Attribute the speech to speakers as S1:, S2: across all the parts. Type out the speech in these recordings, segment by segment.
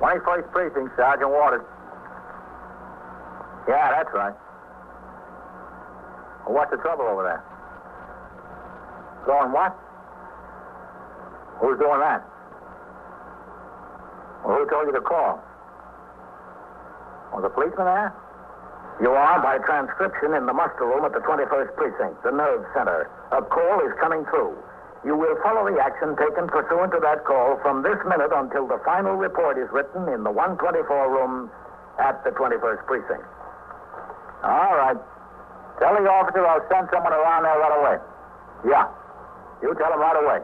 S1: 21st Precinct, Sergeant Waters. Yeah, that's right. Well, what's the trouble over there? Going what? Who's doing that? Well, who told you to call? Was a policeman there? You are, by transcription, in the muster room at the 21st Precinct, the nerve center. A call is coming through. You will follow the action taken pursuant to that call from this minute until the final report is written in the 124 room at the 21st Precinct. All right. Tell the officer I'll send someone around there right away. Yeah. You tell him right away.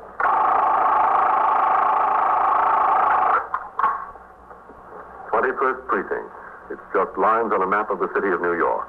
S2: Twenty-first precinct. It's just lines on a map of the city of New York.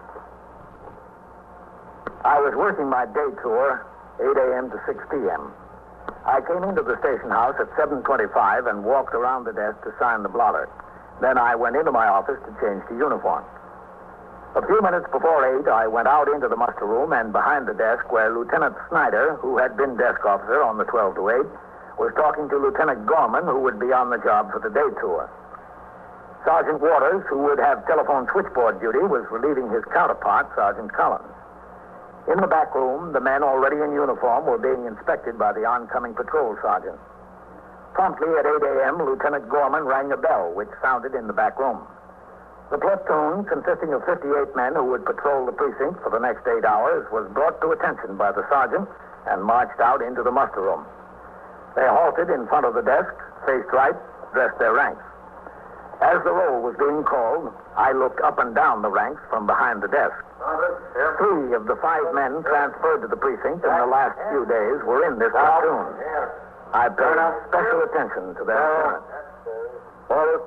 S1: I was working my day tour, 8 a.m. to 6 p.m. I came into the station house at 7.25 and walked around the desk to sign the blotter. Then I went into my office to change to uniform. A few minutes before 8, I went out into the muster room and behind the desk where Lieutenant Snyder, who had been desk officer on the 12 to 8, was talking to Lieutenant Gorman, who would be on the job for the day tour. Sergeant Waters, who would have telephone switchboard duty, was relieving his counterpart, Sergeant Collins. In the back room, the men already in uniform were being inspected by the oncoming patrol sergeant. Promptly at 8 a.m., Lieutenant Gorman rang a bell, which sounded in the back room. The platoon, consisting of 58 men who would patrol the precinct for the next eight hours, was brought to attention by the sergeant and marched out into the muster room. They halted in front of the desk, faced right, dressed their ranks. As the roll was being called, I looked up and down the ranks from behind the desk. Three of the five men transferred to the precinct in the last few days were in this platoon. I paid special attention to their appearance.
S2: Waters.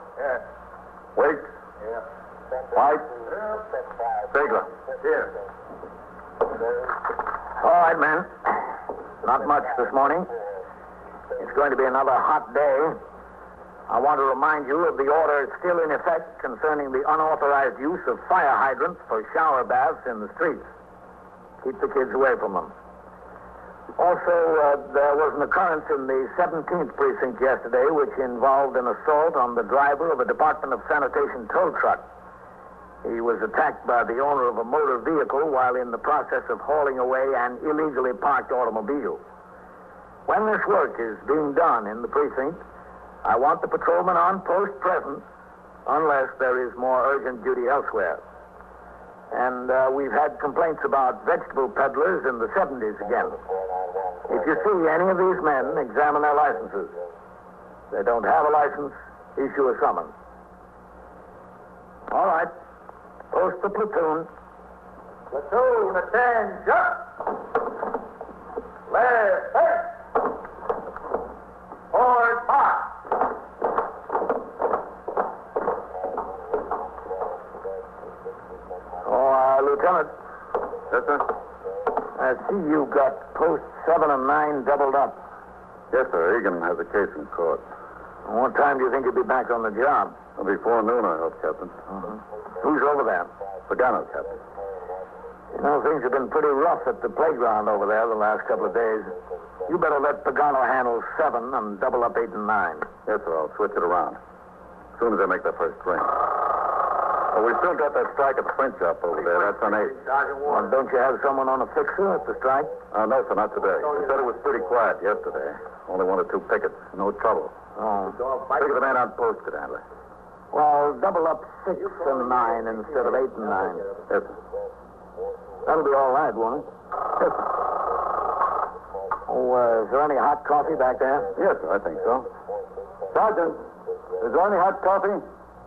S2: Wait. White. Fagler.
S1: All right, men. Not much this morning. It's going to be another hot day. I want to remind you of the order still in effect concerning the unauthorized use of fire hydrants for shower baths in the streets. Keep the kids away from them. Also, uh, there was an occurrence in the 17th precinct yesterday which involved an assault on the driver of a Department of Sanitation tow truck. He was attacked by the owner of a motor vehicle while in the process of hauling away an illegally parked automobile. When this work is being done in the precinct, I want the patrolman on post present unless there is more urgent duty elsewhere. And uh, we've had complaints about vegetable peddlers in the 70s again. If you see any of these men, examine their licenses. If they don't have a license, issue a summons. All right. Post the platoon.
S3: Platoon, attend, jump! Left, first! Forward, march!
S1: Oh, uh, Lieutenant,
S2: Yes, sir.
S1: I see you got post 7 and 9 doubled up.
S2: Yes, sir. Egan has a case in court.
S1: What time do you think you'll be back on the job?
S2: Before noon, I hope, Captain.
S1: Who's over there?
S2: Pagano, Captain.
S1: You know, things have been pretty rough at the playground over there the last couple of days. You better let Pagano handle seven and double up eight and nine.
S2: Yes, sir. I'll switch it around. As soon as I make that first ring. Oh, we still got that strike at the print shop over there. That's on eight.
S3: Sergeant
S1: Well, don't you have someone on a fixer at the strike?
S2: Uh, no, sir, not today. They said it was pretty quiet yesterday. Only one or two pickets. No trouble.
S1: Oh.
S2: Pick the man on post, could handle it.
S1: Well, double up six and nine instead of eight and nine.
S2: Yes, sir.
S1: That'll be all right, won't it? Oh, uh, is there any hot coffee back there?
S2: Yes, sir, I think so. Sergeant, is there any hot coffee?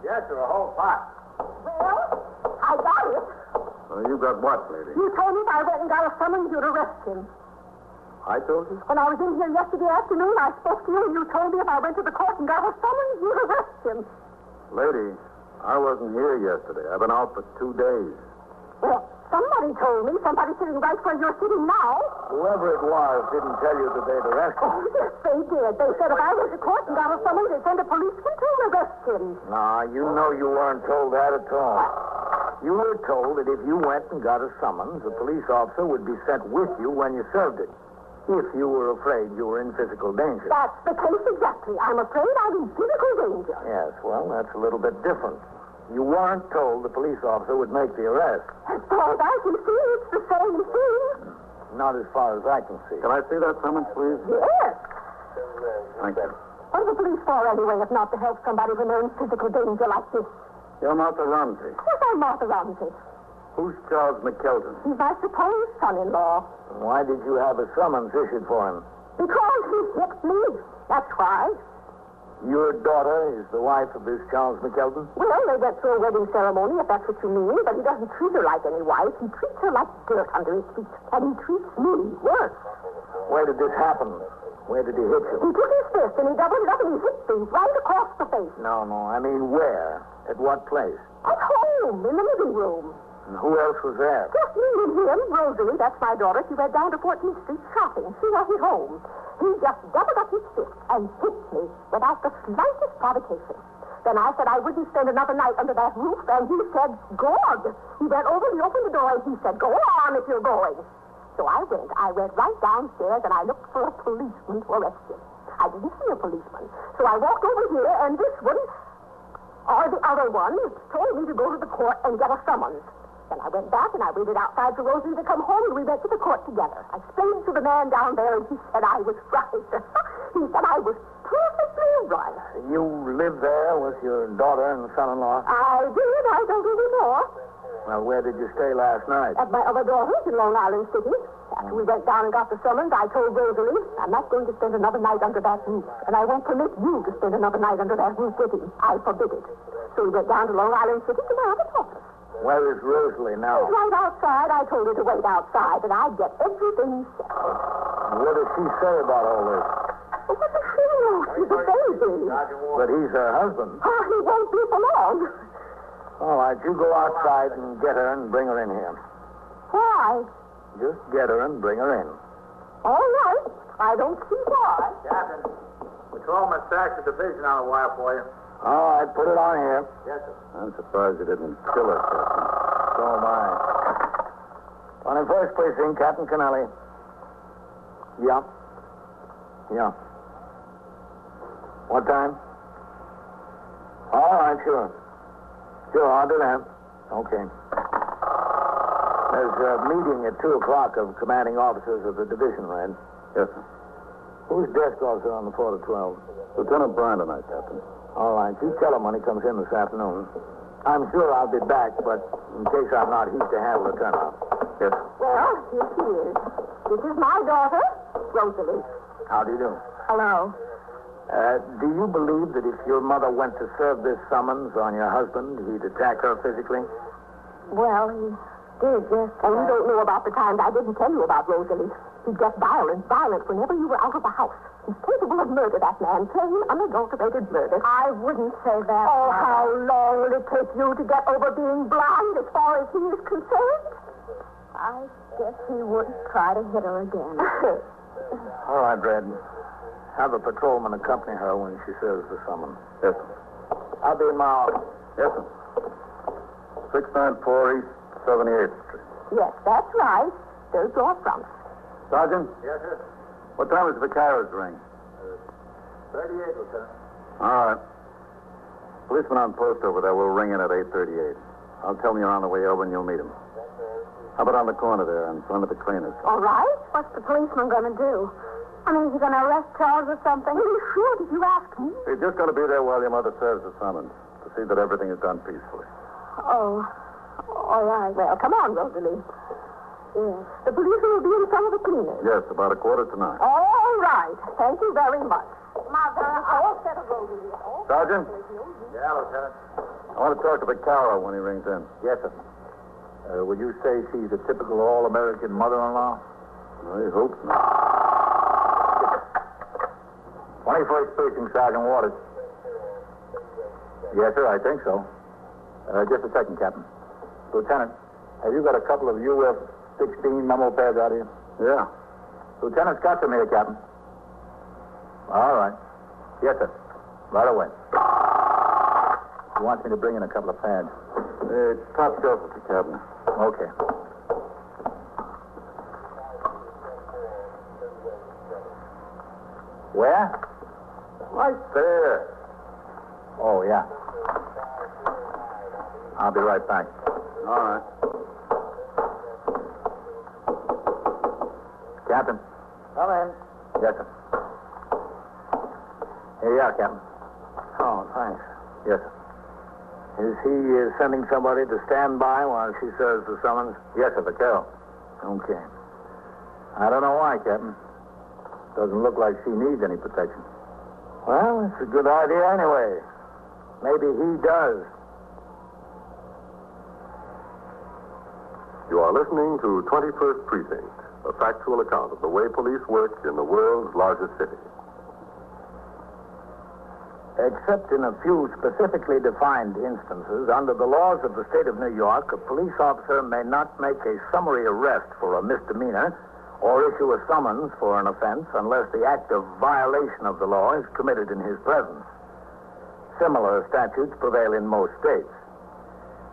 S3: Yes, sir, a whole pot.
S4: Well, I got it.
S2: Uh, you got what, lady?
S4: You told me I went and got a summons you to arrest him.
S2: I told you.
S4: When I was in here yesterday afternoon, I spoke to you and you told me if I went to the court and got a summons, you'd arrest him.
S2: Lady,
S1: I wasn't here yesterday. I've been out for two days.
S4: Well, somebody told me. Somebody sitting right where you're sitting now.
S1: Whoever it was didn't tell you the day the rest.
S4: Oh, yes, they did. They said if I went to court and got a summons, they'd send a policeman to arrest him.
S1: Nah, you know you weren't told that at all. You were told that if you went and got a summons, a police officer would be sent with you when you served it, if you were afraid you were in physical danger.
S4: That's the case exactly. I'm afraid I'm in physical danger.
S1: Yes, well, that's a little bit different. You weren't told the police officer would make the arrest,
S4: As far as I can see, it's the same thing.
S1: not as far as I can see.
S5: Can I see that summons, please?
S4: Yes.
S5: Thank you.
S4: What are the police for anyway, if not to help somebody when they're in physical danger like this?
S5: You're Martha Ramsey.
S4: Yes, I'm Martha Ramsey.
S5: Who's Charles McKeldin?
S4: He's my supposed son-in-law.
S1: Why did you have a summons issued for him?
S4: Because he hit me. That's why.
S1: Your daughter is the wife of this Charles McKeldin?
S4: Well, they went through a wedding ceremony, if that's what you mean, but he doesn't treat her like any wife. He treats her like dirt under his feet. And he treats me worse.
S1: Where did this happen? Where did he hit you?
S4: He took his fist and he doubled it up and he hit me right across the face.
S1: No, no, I mean where? At what place?
S4: At home, in the living room.
S1: And who else was there?
S4: Just me and him, Rosary, that's my daughter. She went down to 14th Street shopping. She wasn't home. He just doubled up his fist and hit me without the slightest provocation. Then I said I wouldn't spend another night under that roof, and he said, Gord. He went over, he opened the door, and he said, Go on if you're going. So I went. I went right downstairs, and I looked for a policeman to arrest him. I didn't see a policeman. So I walked over here, and this one or the other one told me to go to the court and get a summons. Then I went back and I waited outside for Rosie to come home and we went to the court together. I explained to the man down there and he said I was right. he said I was perfectly right.
S1: You lived there with your daughter and son-in-law?
S4: I did, I don't do anymore.
S1: Well, where did you stay last night?
S4: At my other daughter's in Long Island City. After we went down and got the summons, I told Rosalie, I'm not going to spend another night under that roof. And I won't permit you to spend another night under that roof with him. I forbid it. So we went down to Long Island City to my other daughter.
S1: Where is Rosalie now?
S4: Right outside. I told her to wait outside, and I'd get everything set.
S1: What does she say about all this?
S4: Oh, What the hell? She's a baby.
S1: But he's her husband.
S4: Oh, he won't be for long.
S1: All right, you go outside and get her and bring her in here.
S4: Why?
S1: Just get her and bring her in.
S4: All right. I don't see why.
S3: Captain, Patrolman Sachs, the division on the wire for you.
S1: All right, Oh, put it on here.
S3: Yes, sir.
S5: I'm surprised you didn't kill her, Captain.
S1: So am I. 21st Precinct, Captain Kennelly. Yeah. Yeah. What time? All right, sure. Sure, I'll do that. Okay. There's a meeting at 2 o'clock of commanding officers of the division, Red.
S5: Yes, sir.
S1: Who's desk officer on the 4 to 12?
S5: Lieutenant Bryan tonight, Captain.
S1: All right, you tell him when he comes in this afternoon. I'm sure I'll be back, but in case I'm not, he's to handle the turnout.
S5: Yes, sir.
S4: Well, here she is. This is my daughter, Rosalie.
S1: How do you do?
S4: Hello.
S1: Uh, do you believe that if your mother went to serve this summons on your husband, he'd attack her physically?
S4: Well, he did, yes. And you don't know about the times I didn't tell you about Rosalie. He'd get violent, violent whenever you were out of the house. He's capable of murder, that man. Plain, unadulterated murder. I wouldn't say that. Oh, how long will it take you to get over being blind as far as he is concerned?
S6: I guess he would try to hit her again.
S1: All right, Red. Have a patrolman accompany her when she serves the summons.
S5: Yes, sir.
S1: I'll be in my office.
S5: Yes, sir. 694 East 78th Street.
S4: yes, that's right. There's your front.
S5: Sergeant,
S3: Yes, sir.
S5: what time is Vacaro's ring?
S3: 38, Lieutenant.
S5: All right. Policeman on post over there will ring in at 8.38. I'll tell him you're on the way over and you'll meet him. How about on the corner there in front of the cleaners?
S4: All right?
S6: What's the policeman gonna do? I mean, is he gonna arrest Charles or something?
S4: Are you sure? Did you ask me?
S5: He's just going to be there while your mother serves the summons to see that everything is done peacefully.
S4: Oh, all right. Well, come on, Rosalie. Yes. The policeman will be in front of the cleaners.
S5: Yes, about a quarter to nine.
S4: All right. Thank you very much.
S6: Mother,
S4: I'll settle Rosalie.
S5: Sergeant,
S3: Yeah, Lieutenant.
S5: I want to talk to Vaccaro when he rings in.
S1: Yes, sir. Uh, would you say she's a typical all-American mother-in-law?
S5: I hope not.
S1: 21st Precinct, Sergeant Waters. Yes, sir, I think so. Uh, just a second, Captain. Lieutenant, have you got a couple of UF 16 memo pads out here?
S5: Yeah.
S1: Lieutenant Scott's in here, Captain. All right. Yes, sir. Right away. He wants me to bring in a couple of pads.
S5: Uh, top shelf at the cabinet.
S1: Okay. Where?
S5: Right there.
S1: Oh, yeah. I'll be right back.
S5: All right.
S1: Captain.
S3: Come in.
S1: Yes, sir. Here you are, Captain. Oh, thanks. Yes, sir. Is he uh, sending somebody to stand by while she serves the summons? Yes, sir, Vaquero. Okay. I don't know why, Captain. Doesn't look like she needs any protection. Well, it's a good idea anyway. Maybe he does.
S2: You are listening to 21st Precinct, a factual account of the way police work in the world's largest city.
S1: Except in a few specifically defined instances, under the laws of the state of New York, a police officer may not make a summary arrest for a misdemeanor or issue a summons for an offense unless the act of violation of the law is committed in his presence. Similar statutes prevail in most states.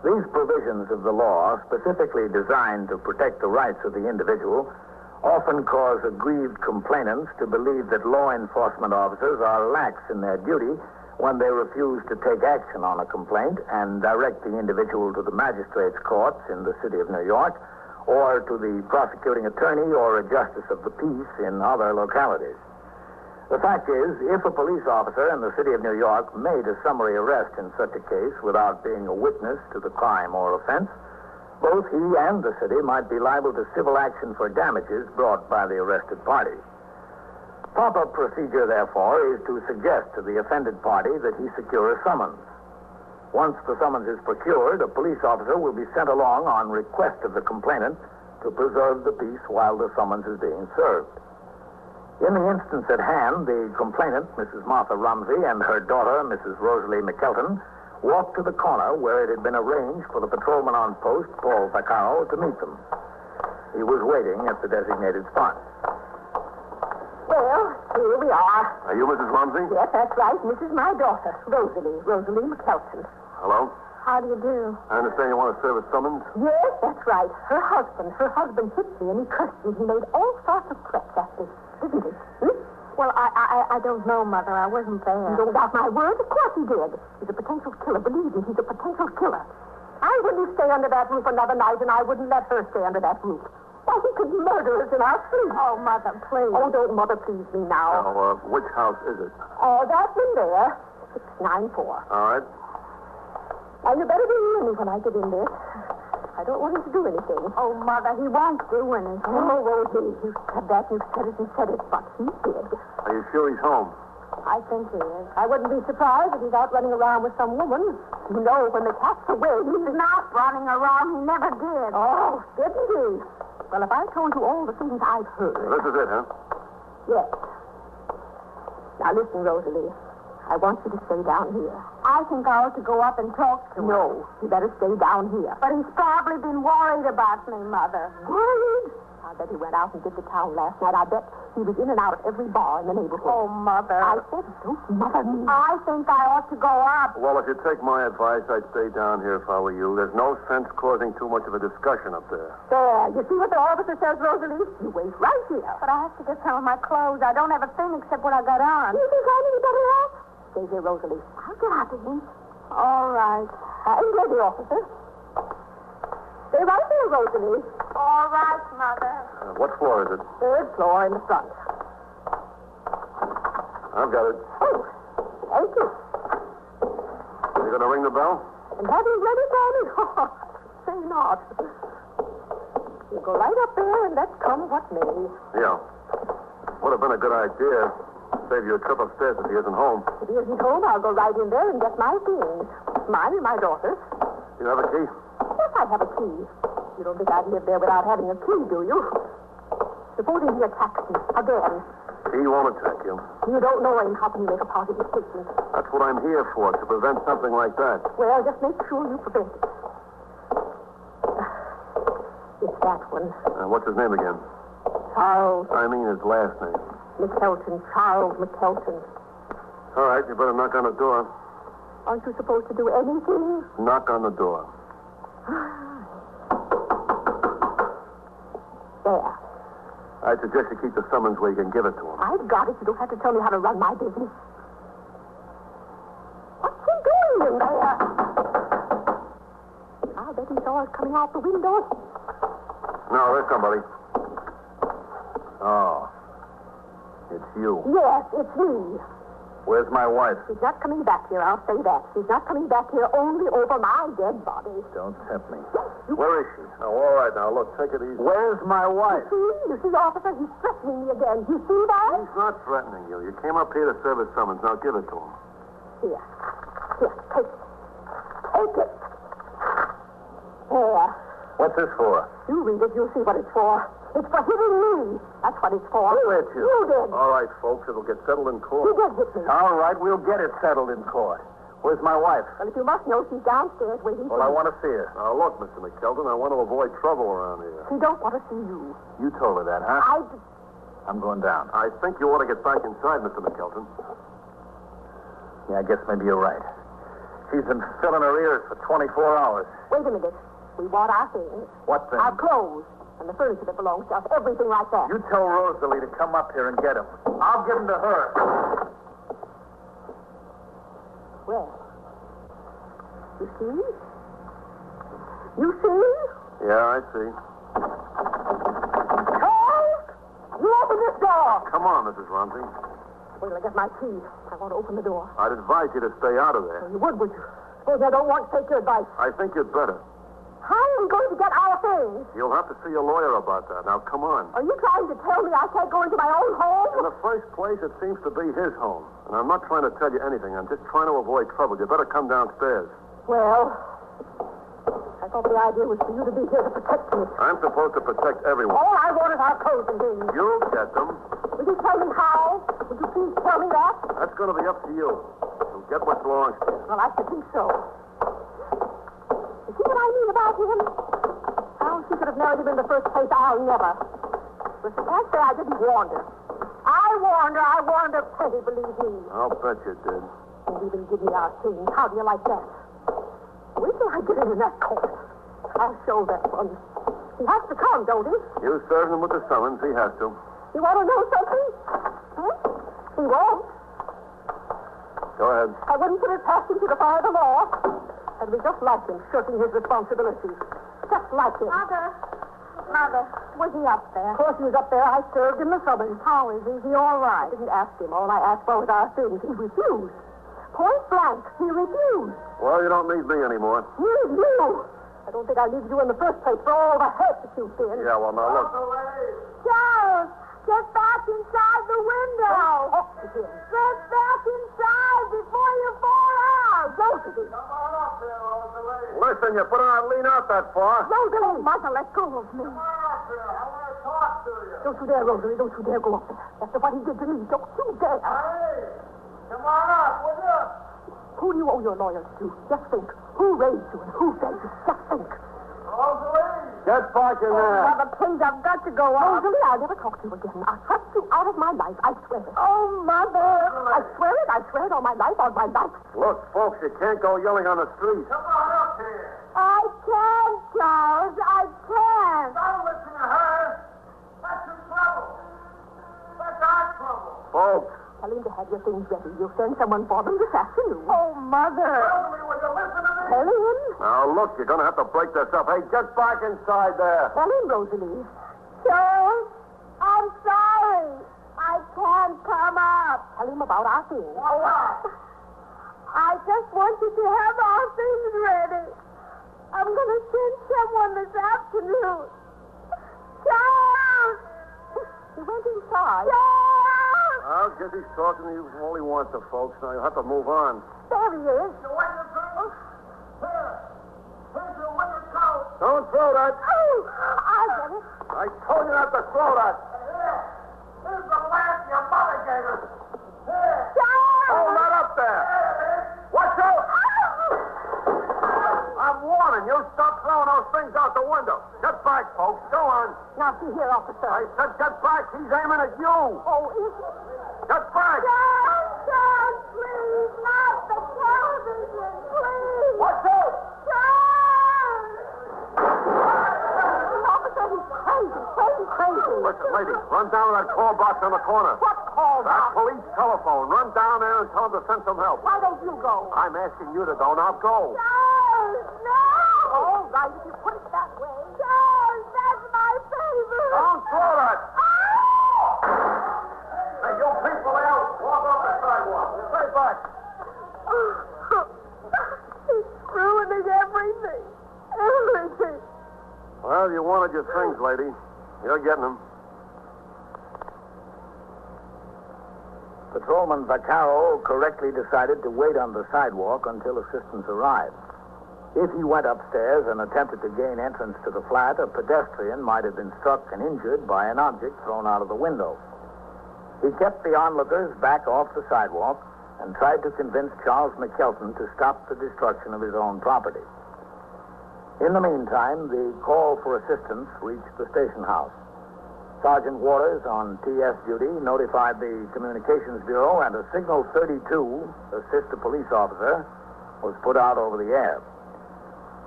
S1: These provisions of the law, specifically designed to protect the rights of the individual, often cause aggrieved complainants to believe that law enforcement officers are lax in their duty when they refuse to take action on a complaint and direct the individual to the magistrates' courts in the city of New York or to the prosecuting attorney or a justice of the peace in other localities. The fact is, if a police officer in the city of New York made a summary arrest in such a case without being a witness to the crime or offense, both he and the city might be liable to civil action for damages brought by the arrested party. Proper procedure, therefore, is to suggest to the offended party that he secure a summons. Once the summons is procured, a police officer will be sent along on request of the complainant to preserve the peace while the summons is being served. In the instance at hand, the complainant, Mrs. Martha Rumsey, and her daughter, Mrs. Rosalie McKelton, walked to the corner where it had been arranged for the patrolman on post, Paul Vaccaro, to meet them. He was waiting at the designated spot.
S4: Well, here we are.
S2: Are you Mrs. Lumsey?
S4: Yes, that's right. And this is my daughter, Rosalie, Rosalie McKelton.
S2: Hello?
S6: How do you do?
S2: I understand you want to serve a summons?
S4: Yes, that's right. Her husband, her husband hit me and he cursed me. He made all sorts of threats at me, didn't he? Hmm?
S6: Well, I, I, I don't know, Mother. I wasn't there.
S4: You don't doubt my word? Of course he did. He's a potential killer. Believe me, he's a potential killer. I wouldn't stay under that roof another night, and I wouldn't let her stay under that roof. Why, he could murder us in our sleep.
S6: Oh, Mother, please.
S4: Oh, don't mother please me now.
S2: Now, uh, which house is it?
S4: Oh, that one there, 694.
S2: All right.
S4: And you better be in when I get in there. I don't want him to do anything.
S6: Oh, Mother, he won't do anything.
S4: Oh, Rosie, you said that, you said it, you said it, but he did.
S2: Are you sure he's home?
S4: I think he is. I wouldn't be surprised if he's out running around with some woman. You know, when the cat's away, he's
S6: He's not running around. He never did.
S4: Oh, didn't he? Well, if I told you all the things I've heard,
S2: This is it, huh?
S4: yes. Now listen, Rosalie. I want you to stay down here.
S6: I think I ought to go up and talk to him.
S4: No, you better stay down here.
S6: But he's probably been worried about me, Mother.
S4: Worried? I bet he went out and did the town last night. I bet he was in and out of every bar in the neighborhood.
S6: Oh, Mother.
S4: I said, don't mother me.
S6: I think I ought to go up.
S2: Well, if you take my advice, I'd stay down here if I were you. There's no sense causing too much of a discussion up there.
S4: There, you see what the officer says, Rosalie? You wait right here.
S6: But I have to get some of my clothes. I don't have a thing except what I got on.
S4: Do you think I knew better off? Stay here, Rosalie. I'll get out of here.
S6: All right.
S4: Uh, and ready, officer. Stay right there, Rosalie.
S6: All right, Mother.
S2: Uh, what floor is it?
S4: Third floor in the front.
S2: I've got it.
S4: Oh, thank you.
S2: You gonna ring the bell?
S4: And have you ready for me? Oh, say not. You go right up there and let's come what may.
S2: Yeah. Would have been a good idea. Save you a trip upstairs if he isn't home.
S4: If he isn't home, I'll go right in there and get my things. Mine and my daughter's.
S2: You have a key?
S4: Yes, I have a key. You don't think I'd live there without having a key, do you? Supposing he attacks me again.
S5: He won't attack you.
S4: You don't know him. How can you make a positive statement?
S5: That's what I'm here for, to prevent something like that.
S4: Well, just make sure you prevent it. It's that one.
S5: Uh, what's his name again?
S4: Charles
S5: I mean his last name.
S4: McKelton. Charles McKelton.
S5: All right, you better knock on the door.
S4: Aren't you supposed to do anything?
S5: Knock on the door.
S4: There.
S5: I suggest you keep the summons where you can give it to him.
S4: I've got it. You don't have to tell me how to run my business. What's he doing in there? I'll bet he saw us coming out the window.
S5: No, there's somebody. Oh. It's you.
S4: Yes, it's me.
S5: Where's my wife?
S4: She's not coming back here. I'll say that. She's not coming back here only over my dead body.
S5: Don't tempt me.
S4: You
S5: Where is she? Oh, all right now. Look, take it easy. Where's my wife?
S4: see? You see, officer? He's threatening me again. You see that?
S5: He's not threatening you. You came up here to serve his summons. Now give it to him.
S4: Here. Here, take it. Take it. There.
S5: What's this for?
S4: You read it. You'll see what it's for. It's for hitting me. That's what it's for.
S5: Who hit you?
S4: did.
S5: All right, folks. It'll get settled in
S4: You
S5: court.
S4: did hit me.
S5: All right, we'll get it settled in court. Where's my wife?
S4: Well, if you must know, she's downstairs waiting for you.
S5: want to see her. Now, look, Mr. McKeldin, I want to avoid trouble around here.
S4: She don't want to see you.
S5: You told her that, huh?
S4: I...
S5: I'm going down. I think you ought to get back inside, Mr. McKelton. Yeah, I guess maybe you're right. She's been filling her ears for 24 hours.
S4: Wait a minute. We want our things.
S5: What thing?
S4: Our clothes. And the furniture that belongs to us. Everything like that.
S5: You tell Rosalie to come up here and get him. I'll give him to her.
S4: Well, you see? You see?
S5: Yeah, I see.
S4: Charles, you open this door.
S5: Come on, Mrs. Romsey.
S4: Wait till I get my key. I want to open the door.
S5: I'd advise you to stay out of there.
S4: You would, would you? Suppose I don't want to take your advice.
S5: I think you'd better.
S4: How are we going to get our things?
S5: You'll have to see a lawyer about that. Now, come on.
S4: Are you trying to tell me I can't go into my own
S5: In
S4: home?
S5: the first place, it seems to be his home. And I'm not trying to tell you anything. I'm just trying to avoid trouble. You better come downstairs.
S4: Well, I thought the idea was for you to be here to protect me.
S5: I'm supposed to protect everyone.
S4: All I want is our clothes and things.
S5: You'll get them.
S4: Would you tell me how? Would you please tell me that?
S5: That's going to be up to you. You'll get what belongs to you.
S4: Well, I should think so. You see what I mean about him? How she could have married him in the first place, I'll never. But she can't say I didn't warn her. I warned her. I warned her plenty, believe me.
S5: I'll bet you did.
S4: And even give me our things. How do you like that? Wait till I get in that court. I'll show that one. He has to come, don't he?
S5: You served him with the summons. He has to.
S4: You want to know something? Hmm? He won't.
S5: Go ahead.
S4: I wouldn't put it past him to defy the law. And we just like him shirking his responsibilities. Just like him.
S6: Mother. Mother, was he up
S4: Of
S6: there?
S4: course, he was up there. I served him the summons. How is he? Is he all right? I didn't ask him. All I asked for was our things. He refused. Point blank, he refused.
S5: Well, you don't need me anymore.
S4: You, you. I don't think I needed you in the first place for all the help that you've been.
S5: Yeah, well, now look.
S6: Charles, get back inside the window.
S4: Talk to him.
S6: Get back inside before you fall out.
S4: Rosalie,
S5: Listen, you put her on lean out that far.
S4: Rosalie. Martha, let go of me.
S3: Hey,
S4: Don't you dare, Rosalie. Don't you dare go up there. After what he did to me, don't you dare.
S3: come on up, will you?
S4: Who do you owe your loyalty to? Just think. Who raised you and who fed you? Just think.
S3: Rosalie!
S5: Get back in there.
S6: Mother, please, I've got to go on.
S4: Rosalie, I'll never talk to you again. I'll cut you out of my life. I swear it.
S6: Oh, Mother.
S4: I swear it. I swear it on my life, on my life.
S5: Look, folks, you can't go yelling on the street.
S3: Come on up here!
S6: I can't, Charles. I can't.
S3: Don't listen to her! That's the trouble! That's our trouble!
S5: Folks,
S4: Tell him to have your things ready. You'll send someone for them this afternoon.
S6: Oh, Mother.
S3: Rosalie, will you listen to me?
S4: Tell him.
S5: now look, you're going to have to break this up. Hey, get back inside there.
S4: Tell him, Rosalie.
S6: Charles, I'm sorry. I can't come up.
S4: Tell him about our things.
S3: Or what?
S6: I just wanted to have our things ready. I'm going to send someone this afternoon. Charles!
S4: He went inside.
S6: Charles!
S5: I'll guess he's talking to you all he wants to, folks. Now, you'll have to move on.
S4: There he is.
S3: You want your trouble? Here! Here's your winter coat!
S5: Don't throw that.
S6: Oh, I get it.
S5: I told you not to throw that.
S3: Here! Here's the lamp your mother Hold
S6: Dad!
S3: that up there! Watch out! I'm warning you, stop throwing those things out the window. Get back, folks. Go on.
S4: Now, see here, officer.
S3: I said get back. He's aiming at you.
S4: Oh, is it?
S3: Get back.
S6: Dad, Dad, please, not the television, please!
S3: Watch out!
S6: Dad!
S4: Officer, he's crazy, crazy, crazy.
S3: Listen, lady, run down to that call box on the corner.
S4: What call
S3: That
S4: box?
S3: police telephone. Run down there and tell them to send some help.
S4: Why don't you go?
S3: I'm asking you to go now. Go.
S4: All right, if you put it that way.
S3: Don't throw that. Hey, you people out. Walk off the sidewalk. Stay back.
S6: Oh. Ruining everything. Everything.
S3: Well, you wanted your things, lady. You're getting them.
S1: Patrolman Vaccaro correctly decided to wait on the sidewalk until assistance arrived. If he went upstairs and attempted to gain entrance to the flat, a pedestrian might have been struck and injured by an object thrown out of the window. He kept the onlookers back off the sidewalk and tried to convince Charles McKelton to stop the destruction of his own property. In the meantime, the call for assistance reached the station house. Sergeant Waters on TS duty notified the Communications Bureau, and a signal 32, assist a police officer, was put out over the air.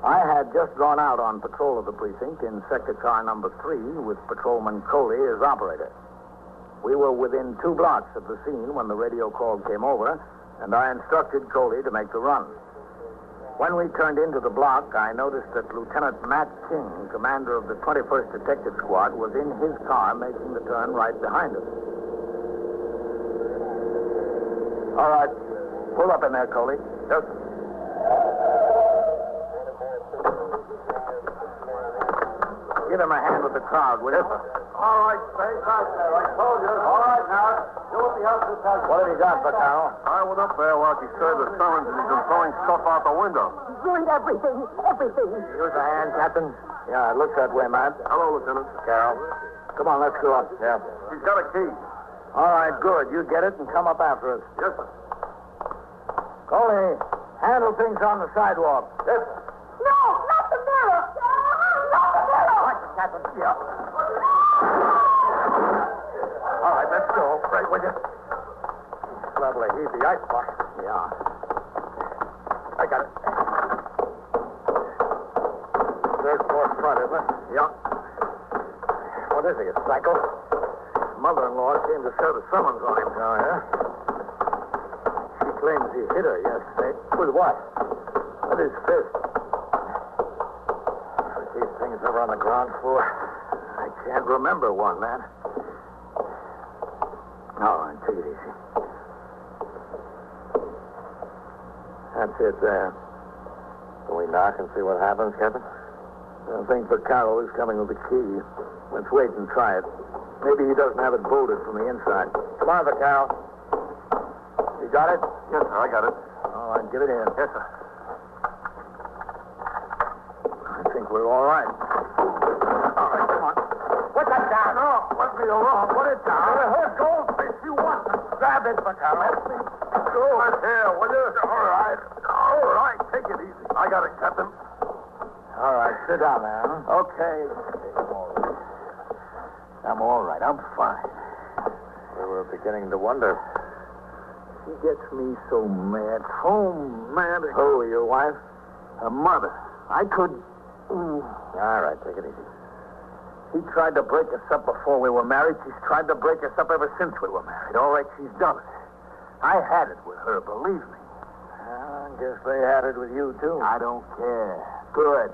S1: I had just gone out on patrol of the precinct in sector car number three with Patrolman Coley as operator. We were within two blocks of the scene when the radio call came over, and I instructed Coley to make the run. When we turned into the block, I noticed that Lieutenant Matt King, commander of the 21st Detective Squad, was in his car making the turn right behind us. All right, pull up in there, Coley. Yes. Give him a hand with the crowd, will you?
S3: All right, stay back there. I told you. All right, now. You will be out to tell
S1: What have you got, Vaccaro?
S2: I went up there while she served the summons and he's been throwing stuff out the window.
S4: He's ruined everything, everything.
S1: Use a hand, Captain. Yeah, it looks that way, Matt.
S2: Hello, Lieutenant.
S1: Carol. Come on, let's go up. Yeah.
S2: She's got a key.
S1: All right, good. You get it and come up after us.
S2: Yes, sir.
S1: Coley, handle things on the sidewalk.
S2: Yes.
S4: No, not the mirror. Not the mirror.
S1: Captain, yeah. All right, let's go. Right with you. Lovely. He's the ice box. Yeah. I got it. Third floor front, isn't it? Yeah. What is he, a psycho? Mother-in-law came to serve a summons on him. Oh, yeah? She claims he hit her yesterday. With what? With his fist. Put these things over on the ground floor. I can't remember one, man. All right, take it easy. That's it there. Can we knock and see what happens, Captain? I think Vaccaro is coming with the key. Let's wait and try it. Maybe he doesn't have it bolted from the inside. Come on, Vaccaro. You got it?
S2: Yes, sir. I got it.
S1: All right, give it in.
S2: Yes, sir.
S1: I think we're all right. All right, come on. Put that down. No, let me alone. Put it down. I heard goldfish. You want them. Grab it, Vaccaro. Let me go.
S2: Here, will you? All right. All right. Take it easy. I got it, Captain.
S1: All right, sit down now. Okay. I'm all right. I'm fine. We were beginning to wonder. She gets me so mad. So mad. Who, your wife? Her mother. I could. All right, take it easy. She tried to break us up before we were married. She's tried to break us up ever since we were married. All right, she's done it. I had it with her, believe me. I guess they had it with you, too. I don't care. Good.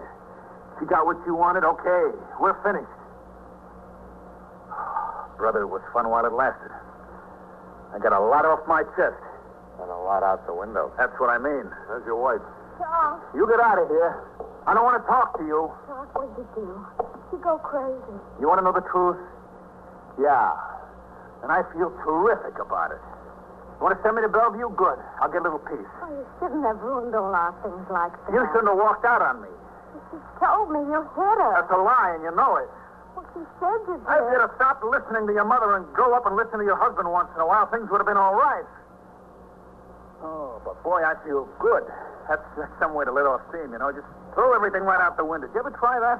S1: She got what you wanted? Okay. We're finished. Brother, it was fun while it lasted. I got a lot off my chest. And a lot out the window. That's what I mean.
S2: There's your wife.
S6: Charles,
S1: You get out of here. I don't want to talk to you.
S6: Charles, what did you do? You go crazy.
S1: You want to know the truth? Yeah. And I feel terrific about it. You want to send me to Bellevue? Good. I'll get a little peace.
S6: Oh, you shouldn't have ruined all our things like that.
S1: You shouldn't have walked out on me.
S6: You told me you hit her.
S1: That's a lie, and you know it.
S6: Well, she said you
S1: If you'd
S6: did.
S1: have stopped listening to your mother and go up and listen to your husband once in a while, things would have been all right. Oh, but boy, I feel good. That's, that's some way to let off steam, you know. Just throw everything right out the window. Did you ever try that?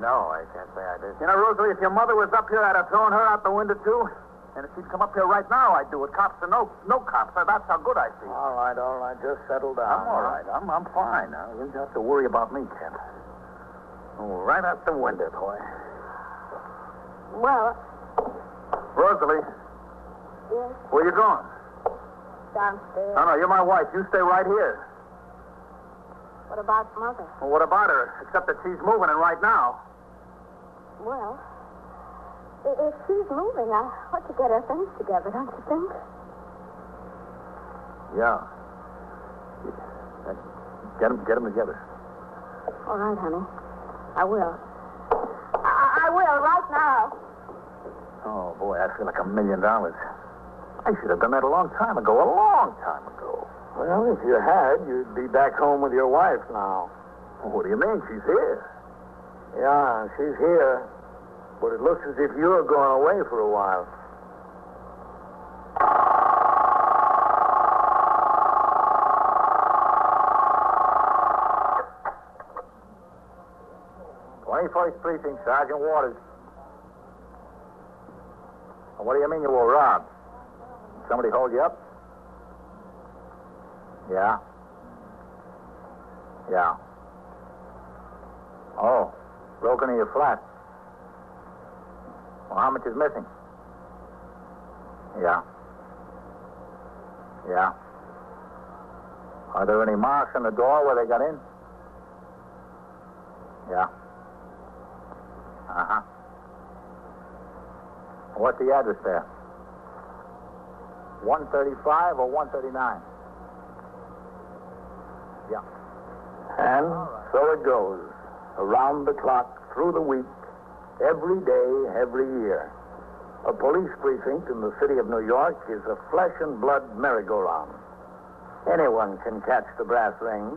S7: No, I can't say I did.
S1: You know, Rosalie, if your mother was up here, I'd have thrown her out the window, too. And if she'd come up here right now, I'd do it. Cops or no, no cops. That's how good I feel.
S7: All right, all right, just settle down.
S1: I'm all right. I'm, I'm fine. Now. You don't have to worry about me, Kent. Oh, right out the window, boy.
S6: Well,
S1: Rosalie,
S6: yes,
S1: where you going?
S6: downstairs.
S1: No, no, you're my wife. You stay right here.
S6: What about Mother?
S1: Well, what about her? Except that she's moving and right now.
S6: Well, i- if she's moving, I ought to get her things together, don't you think?
S1: Yeah. Get them, get them together.
S6: All right, honey. I will. I, I will, right now.
S1: Oh, boy, I feel like a million dollars. I should have done that a long time ago, a long time ago.
S5: Well, if you had, you'd be back home with your wife now.
S1: What do you mean? She's here.
S5: Yeah, she's here. But it looks as if you're going away for a while.
S7: Twenty-first precinct, Sergeant Waters. What do you mean you were robbed? Somebody hold you up? Yeah. Yeah. Oh, broke into your flat. Well, how much is missing? Yeah. Yeah. Are there any marks on the door where they got in? Yeah. Uh-huh. What's the address there? 135 or 139? Yeah.
S1: And so it goes. Around the clock, through the week, every day, every year. A police precinct in the city of New York is a flesh and blood merry-go-round. Anyone can catch the brass ring,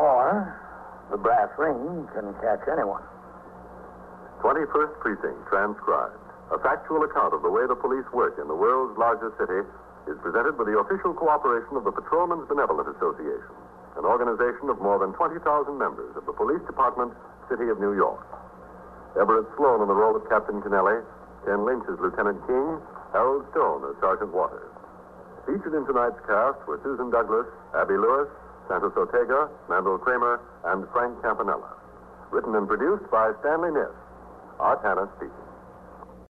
S1: or the brass ring can catch anyone.
S2: 21st Precinct, transcribed. A factual account of the way the police work in the world's largest city is presented with the official cooperation of the Patrolmen's Benevolent Association, an organization of more than 20,000 members of the Police Department, City of New York. Everett Sloan in the role of Captain Kennelly, Ken Lynch as Lieutenant King, Harold Stone as Sergeant Waters. Featured in tonight's cast were Susan Douglas, Abby Lewis, Santos Ortega, Mandel Kramer, and Frank Campanella. Written and produced by Stanley Niss. Art Hannah speaking.